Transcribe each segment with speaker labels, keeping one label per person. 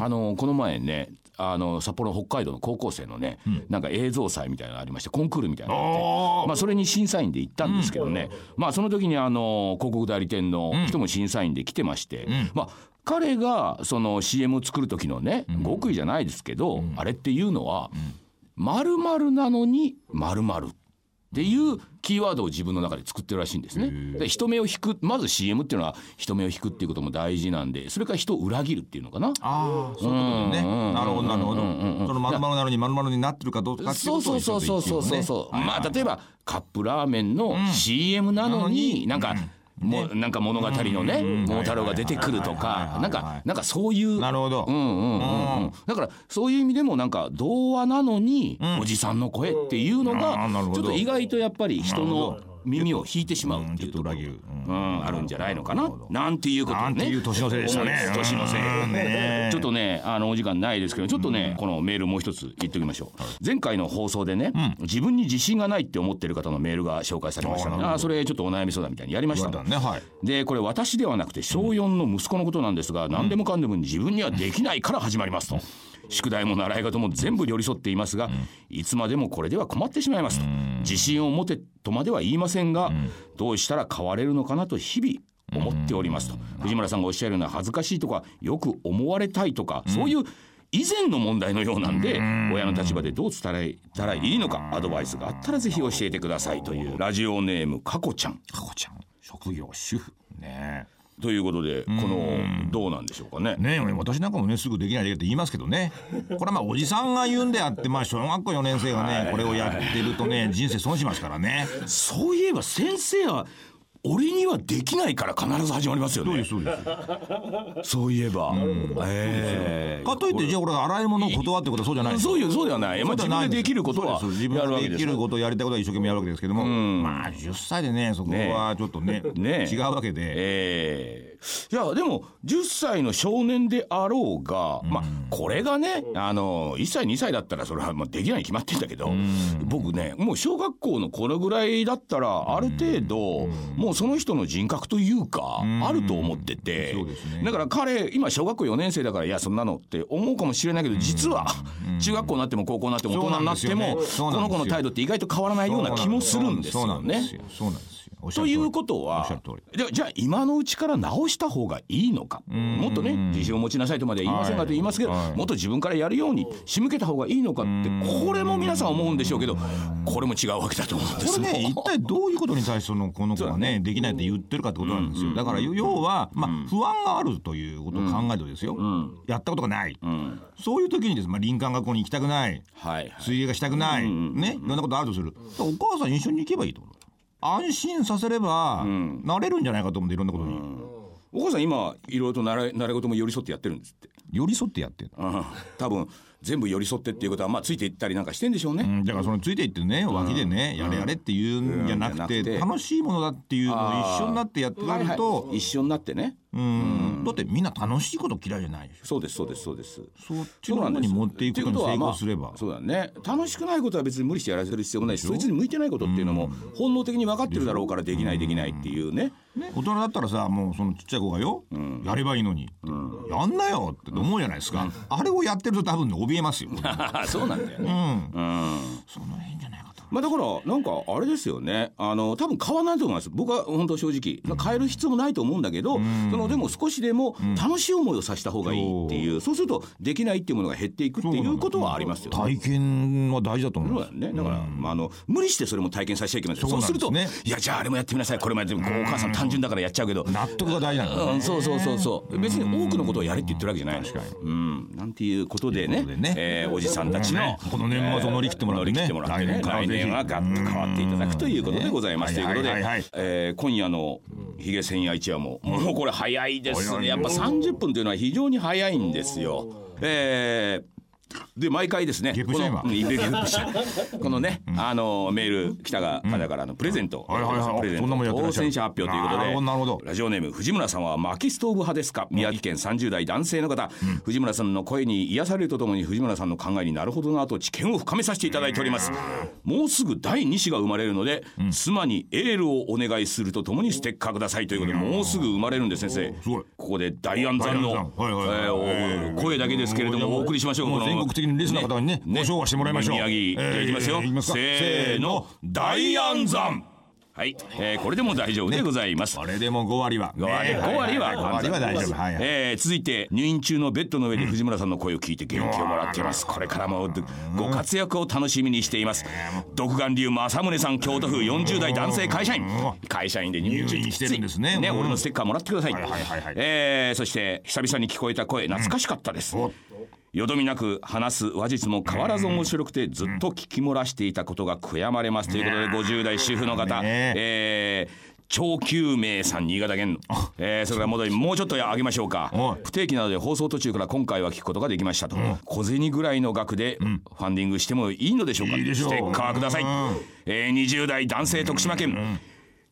Speaker 1: あのこの前ねあの札幌北海道の高校生のね、なんか映像祭みたいなのありましてコンクールみたいなのがあって
Speaker 2: あ
Speaker 1: まあ、それに審査員で行ったんですけどね、まあ、その時にあの広告代理店の人も審査員で来てまして、まあ、彼がその CM を作る時のね極意じゃないですけど、あれっていうのは「〇〇なのに〇〇っていうキーワードを自分の中で作ってるらしいんですね。で人目を引くまず CM っていうのは人目を引くっていうことも大事なんでそれから人を裏切るっていうのかな。
Speaker 2: あーそういうことでね
Speaker 1: うん
Speaker 2: なるほどなるほど
Speaker 1: うんうんうん
Speaker 2: その丸々なのに丸々になってるかどうかっていう
Speaker 1: そ
Speaker 2: こ
Speaker 1: う
Speaker 2: と
Speaker 1: そうそうそうそうそうそう、まあ例えばカップラーメンの CM なのに、なんか、もうなんか物語のね、桃太郎が出てくるとか
Speaker 2: はいはいはいはいはい
Speaker 1: なんかなんかそういう
Speaker 2: なるほど
Speaker 1: うんうんうんうんだからそういう意味でもなんか童話なのにおじさんの声っていうの
Speaker 2: あ
Speaker 1: が
Speaker 2: ーなるほ
Speaker 1: ち
Speaker 2: ど
Speaker 1: ょっと意外とやっぱり人の耳を引いてしまうって
Speaker 2: ちょ
Speaker 1: い
Speaker 2: っ
Speaker 1: う
Speaker 2: と
Speaker 1: とこ
Speaker 2: 裏
Speaker 1: ろ
Speaker 2: 切るう
Speaker 1: う
Speaker 2: ん
Speaker 1: んあるんじゃないのかな
Speaker 2: るほど
Speaker 1: なんていうことを
Speaker 2: なんて
Speaker 1: ね
Speaker 2: いう年のせいでしたね
Speaker 1: 思いつつ年のせい
Speaker 2: うんね
Speaker 1: ちょっとねあのお時間ないですけどちょっとねこのメールもう一つ言っておきましょう前回の放送でね自分に自信がないって思ってる方のメールが紹介されましたね
Speaker 2: あーなるほど
Speaker 1: あーそれちょっとお悩み相談みたいにやりました
Speaker 2: そうだねはい
Speaker 1: でこれ私ではなくて小4の息子のことなんですが何でもかんでも自分にはできないから始まりますと宿題も習い事も全部寄り添っていますがいつまでもこれでは困ってしまいますと自信を持てとまでは言いませんがどうしたら変われるのかなと日々思っておりますと藤村さんがおっしゃるような恥ずかしいとかよく思われたいとかそういう以前の問題のようなんで親の立場でどう伝えたらいいのかアドバイスがあったらぜひ教えてくださいというラジオネームかこちゃん
Speaker 2: かこちゃん職業主婦ね
Speaker 1: ということでこのどうなんでしょうかね。
Speaker 2: ねえ私なんかもねすぐできないできないって言いますけどねこれはまあおじさんが言うんであってまあ小学校4年生がねこれをやってるとね人生損しますからね
Speaker 1: そういえば先生は俺にはできないから必ず始まりますよ
Speaker 2: そうで
Speaker 1: ね
Speaker 2: す。そうです
Speaker 1: そういえば、ええ
Speaker 2: かといってじゃあ俺洗い物を断ってことはそうじゃないです
Speaker 1: そういうそうではない。まあ
Speaker 2: そ
Speaker 1: 自
Speaker 2: うじゃない
Speaker 1: 分でできることは
Speaker 2: そうです自分
Speaker 1: やるわ
Speaker 2: で
Speaker 1: け
Speaker 2: で
Speaker 1: で
Speaker 2: き
Speaker 1: す
Speaker 2: る。ことをやりたいことは一生懸命やるわけですけども、まあ10歳でねそこはちょっとね
Speaker 1: ねえ
Speaker 2: 違うわけで、
Speaker 1: ええいやでも10歳の少年であろうが、まあこれがねあの1歳2歳だったらそれはまあできないに決まってんだけど、僕ねもう小学校のこのぐらいだったらある程度、もうその人の人格というか、あると思ってて、
Speaker 2: そうですね
Speaker 1: だから彼今小学校4年生だからいやそんなのって思うかもしれないけど実は、中学校になっても高校になっても大人になっても、こ
Speaker 2: そうなんですよねそうなんですよ
Speaker 1: の子の態度って意外と変わらないような気もするんです
Speaker 2: そうな
Speaker 1: よ
Speaker 2: んで
Speaker 1: ね
Speaker 2: す。よそうなんですよおっしゃ
Speaker 1: と
Speaker 2: る通
Speaker 1: い
Speaker 2: り
Speaker 1: うこと
Speaker 2: おっ
Speaker 1: は
Speaker 2: しゃる通り
Speaker 1: でじゃあ今のうちから直した方がいいのかもっとね自信を持ちなさいとまでは言いませんが
Speaker 2: はい
Speaker 1: と言いますけど、
Speaker 2: はい
Speaker 1: もっと自分からやるように仕向けた方がいいのかってこれも皆さん思うんでしょうけどこれも違うわけだと思うんです
Speaker 2: これね、
Speaker 1: もう
Speaker 2: 一体どういうことに対してそのこの子がねできないって言ってるかってことなんですよ。だから要はまあ不安があるということを考えるとですよ。やったことがない。そういう時にですね、まあ林間学校に行きたくない、
Speaker 1: はいはい
Speaker 2: 水泳がしたくない、ね、いろんなことあるとする。お母さん一緒に行けばいいってこと。安心させればなれるんじゃないかと思っていろんなことに
Speaker 1: お母さん今いろいろと習い習い事も寄り添ってやってるんですって、
Speaker 2: 寄り添ってやってる。
Speaker 1: うん、多分全部寄り添ってっていうことはまあついていったりなんかしてんでしょうね、
Speaker 2: うんだからそのついていってね脇でねやれやれっていうんじゃなく
Speaker 1: うんじゃ
Speaker 2: て
Speaker 1: なくて
Speaker 2: 楽しいものだっていうのを一緒になってやってくれると
Speaker 1: 一緒になってね
Speaker 2: うんだってみんな楽しいこと嫌いじゃないでしょ。
Speaker 1: そうですそうですそうです
Speaker 2: そっちの方に持っていくことに成功すれば。
Speaker 1: そうだね楽しくないことは別に無理してやらせる必要もないしそいつに向いてないことっていうのも本能的に分かってるだろうからできないできないっていうね
Speaker 2: ね大人だったらさもうそのちっちゃい子がよ、やればいいのに、やんなよって思うじゃないですか、あれをやってると多分ね怯えますよ、うん、
Speaker 1: そうなんだよね
Speaker 2: その辺じゃないかと
Speaker 1: まあだからなんかあれですよねあの多分変わらないと思います僕は本当正直変える必要もないと思うんだけどそのでも少しでも楽しい思いをさせた方がいいっていうそうするとできないっていうものが減っていくっていうことはありますよね
Speaker 2: 体験は大事だと思
Speaker 1: そう
Speaker 2: い
Speaker 1: だ
Speaker 2: ます
Speaker 1: よね、だから、まあ、あの無理してそれも体験させちゃいけないそう,、
Speaker 2: そう
Speaker 1: す
Speaker 2: なん
Speaker 1: る
Speaker 2: で
Speaker 1: と、
Speaker 2: すね
Speaker 1: いやじゃああれもやってみなさいこれもやってみなさいお母さん単純だからやっちゃうけど、
Speaker 2: 納得が大事なんだ
Speaker 1: う
Speaker 2: ね
Speaker 1: ん、そうそうそうそう別に多くのことをやれって言ってるわけじゃない確
Speaker 2: か
Speaker 1: う
Speaker 2: に
Speaker 1: ん、なんていうことでね
Speaker 2: ということでね
Speaker 1: えーおじさんたちの、
Speaker 2: うんこの年末を乗り切ってもらってね
Speaker 1: 乗り切ってもらってね
Speaker 2: 来年から
Speaker 1: 来
Speaker 2: ぜひ
Speaker 1: 年はガッと変わっていただくということでございます、
Speaker 2: うん
Speaker 1: ということで、
Speaker 2: はいはいはいはい
Speaker 1: えー今夜の「ヒゲ千夜一夜も」もうこれ早いですねやっぱ30分というのは非常に早いんですよ。えーで毎回ですね
Speaker 2: ゲップ
Speaker 1: こ
Speaker 2: した
Speaker 1: の
Speaker 2: 今
Speaker 1: うんゲップ したこのね、あのメール北川方からのプレゼント、
Speaker 2: はいはいはい
Speaker 1: プレゼン
Speaker 2: そんなもんや
Speaker 1: ト
Speaker 2: って
Speaker 1: 当
Speaker 2: らっしゃる
Speaker 1: 選者発表ということ
Speaker 2: なるほ
Speaker 1: で
Speaker 2: どなるほど
Speaker 1: ラジオネーム藤村さんは薪ストーブ派ですか宮城県30代男性の方、藤村さんの声に癒されるとともに藤村さんの考えになるほどなと知見を深めさせていただいておりますもうすぐ第2子が生まれるので、妻にエールをお願いするとともにステッカーくださいということでもうすぐ生まれるんです先生
Speaker 2: すごい
Speaker 1: ここで大安山の、
Speaker 2: 大安山はいはいはい
Speaker 1: えーお声だけですけれどもお送りしましょう
Speaker 2: もう
Speaker 1: この
Speaker 2: 全国的にリスナーの方にねご唱和してもらいましょう
Speaker 1: 宮城、
Speaker 2: えー
Speaker 1: いきますよ、
Speaker 2: いきますか
Speaker 1: せーの大安山はい、えーこれでも大丈夫でございます、
Speaker 2: これでも5割は
Speaker 1: 5割
Speaker 2: ねいい
Speaker 1: 5割は
Speaker 2: 5割は大丈夫はいはい
Speaker 1: えー続いて入院中のベッドの上で藤村さんの声を聞いて元気をもらっていますこれからもご活躍を楽しみにしています独眼竜正宗さん京都府40代男性会社員会社員で入院中
Speaker 2: 入院してるんですね
Speaker 1: ね
Speaker 2: うん
Speaker 1: 俺のステッカーもらってください
Speaker 2: はいはいはいはい
Speaker 1: えーそして久々に聞こえた声懐かしかったです
Speaker 2: お
Speaker 1: よどみなく話す話術も変わらず面白くてずっと聞き漏らしていたことが悔やまれますということで50代主婦の方、
Speaker 2: ね
Speaker 1: えー長久明さん新潟県えーそれから戻りもうちょっと上げましょうか
Speaker 2: おい
Speaker 1: 不定期なので放送途中から今回は聞くことができましたと、小銭ぐらいの額でファンディングしてもいいのでしょうか
Speaker 2: いいでしょ
Speaker 1: ス
Speaker 2: う
Speaker 1: テッカーください
Speaker 2: うん、
Speaker 1: えー20代男性徳島県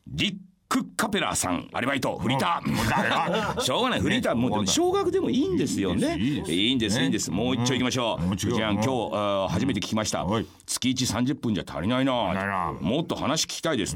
Speaker 1: リックカペラさんアルバイトフリーター
Speaker 2: もうだよ
Speaker 1: しょうがないフリーターもうでも少額でもいいんですよね
Speaker 2: いいです
Speaker 1: いいんですいいんですもう一丁いきましょう
Speaker 2: もう一丁
Speaker 1: 藤井さん今日あー初めて聞きました
Speaker 2: はい
Speaker 1: 月一30分じゃ足りない
Speaker 2: ない
Speaker 1: な
Speaker 2: な
Speaker 1: もっと話聞きたいです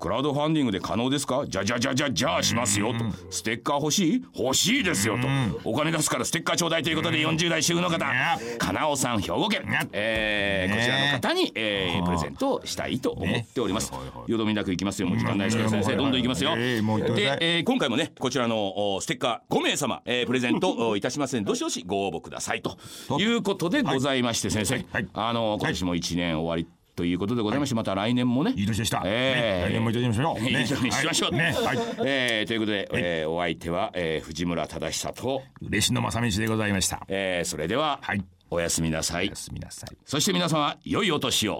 Speaker 1: クラウドファンディングで可能ですかじゃじゃじゃじゃじゃあしますよとステッカー欲しい欲しいですよとお金出すからステッカーちょうだいということで40代主婦の方
Speaker 2: や
Speaker 1: かなおさん兵庫県
Speaker 2: や
Speaker 1: えーこちらの方にえープレゼントをしたいと思っております
Speaker 2: ねはいはいはい
Speaker 1: よどみなくいきますよもう時間ないですから先生どんどんいきますよ
Speaker 2: ええもう行ってください
Speaker 1: でえー今回もねこちらのおステッカー5名様、えープレゼントおいたしますのでどしどしご応募くださいということでございまして、先生、
Speaker 2: はい
Speaker 1: あの今年も1年終わりということでございまして、また来年もね
Speaker 2: いい年でした
Speaker 1: え
Speaker 2: ね
Speaker 1: ー
Speaker 2: 来年もいい年にしましょう
Speaker 1: いい
Speaker 2: ね
Speaker 1: 年にしましょう
Speaker 2: はいねはい
Speaker 1: えーということで、えーお相手は、えー藤村忠久と、
Speaker 2: 嬉野正道でございました
Speaker 1: えーそれでは、
Speaker 2: はい
Speaker 1: おやすみなさ
Speaker 2: お
Speaker 1: い
Speaker 2: やすみなさい
Speaker 1: そして皆様良いお年を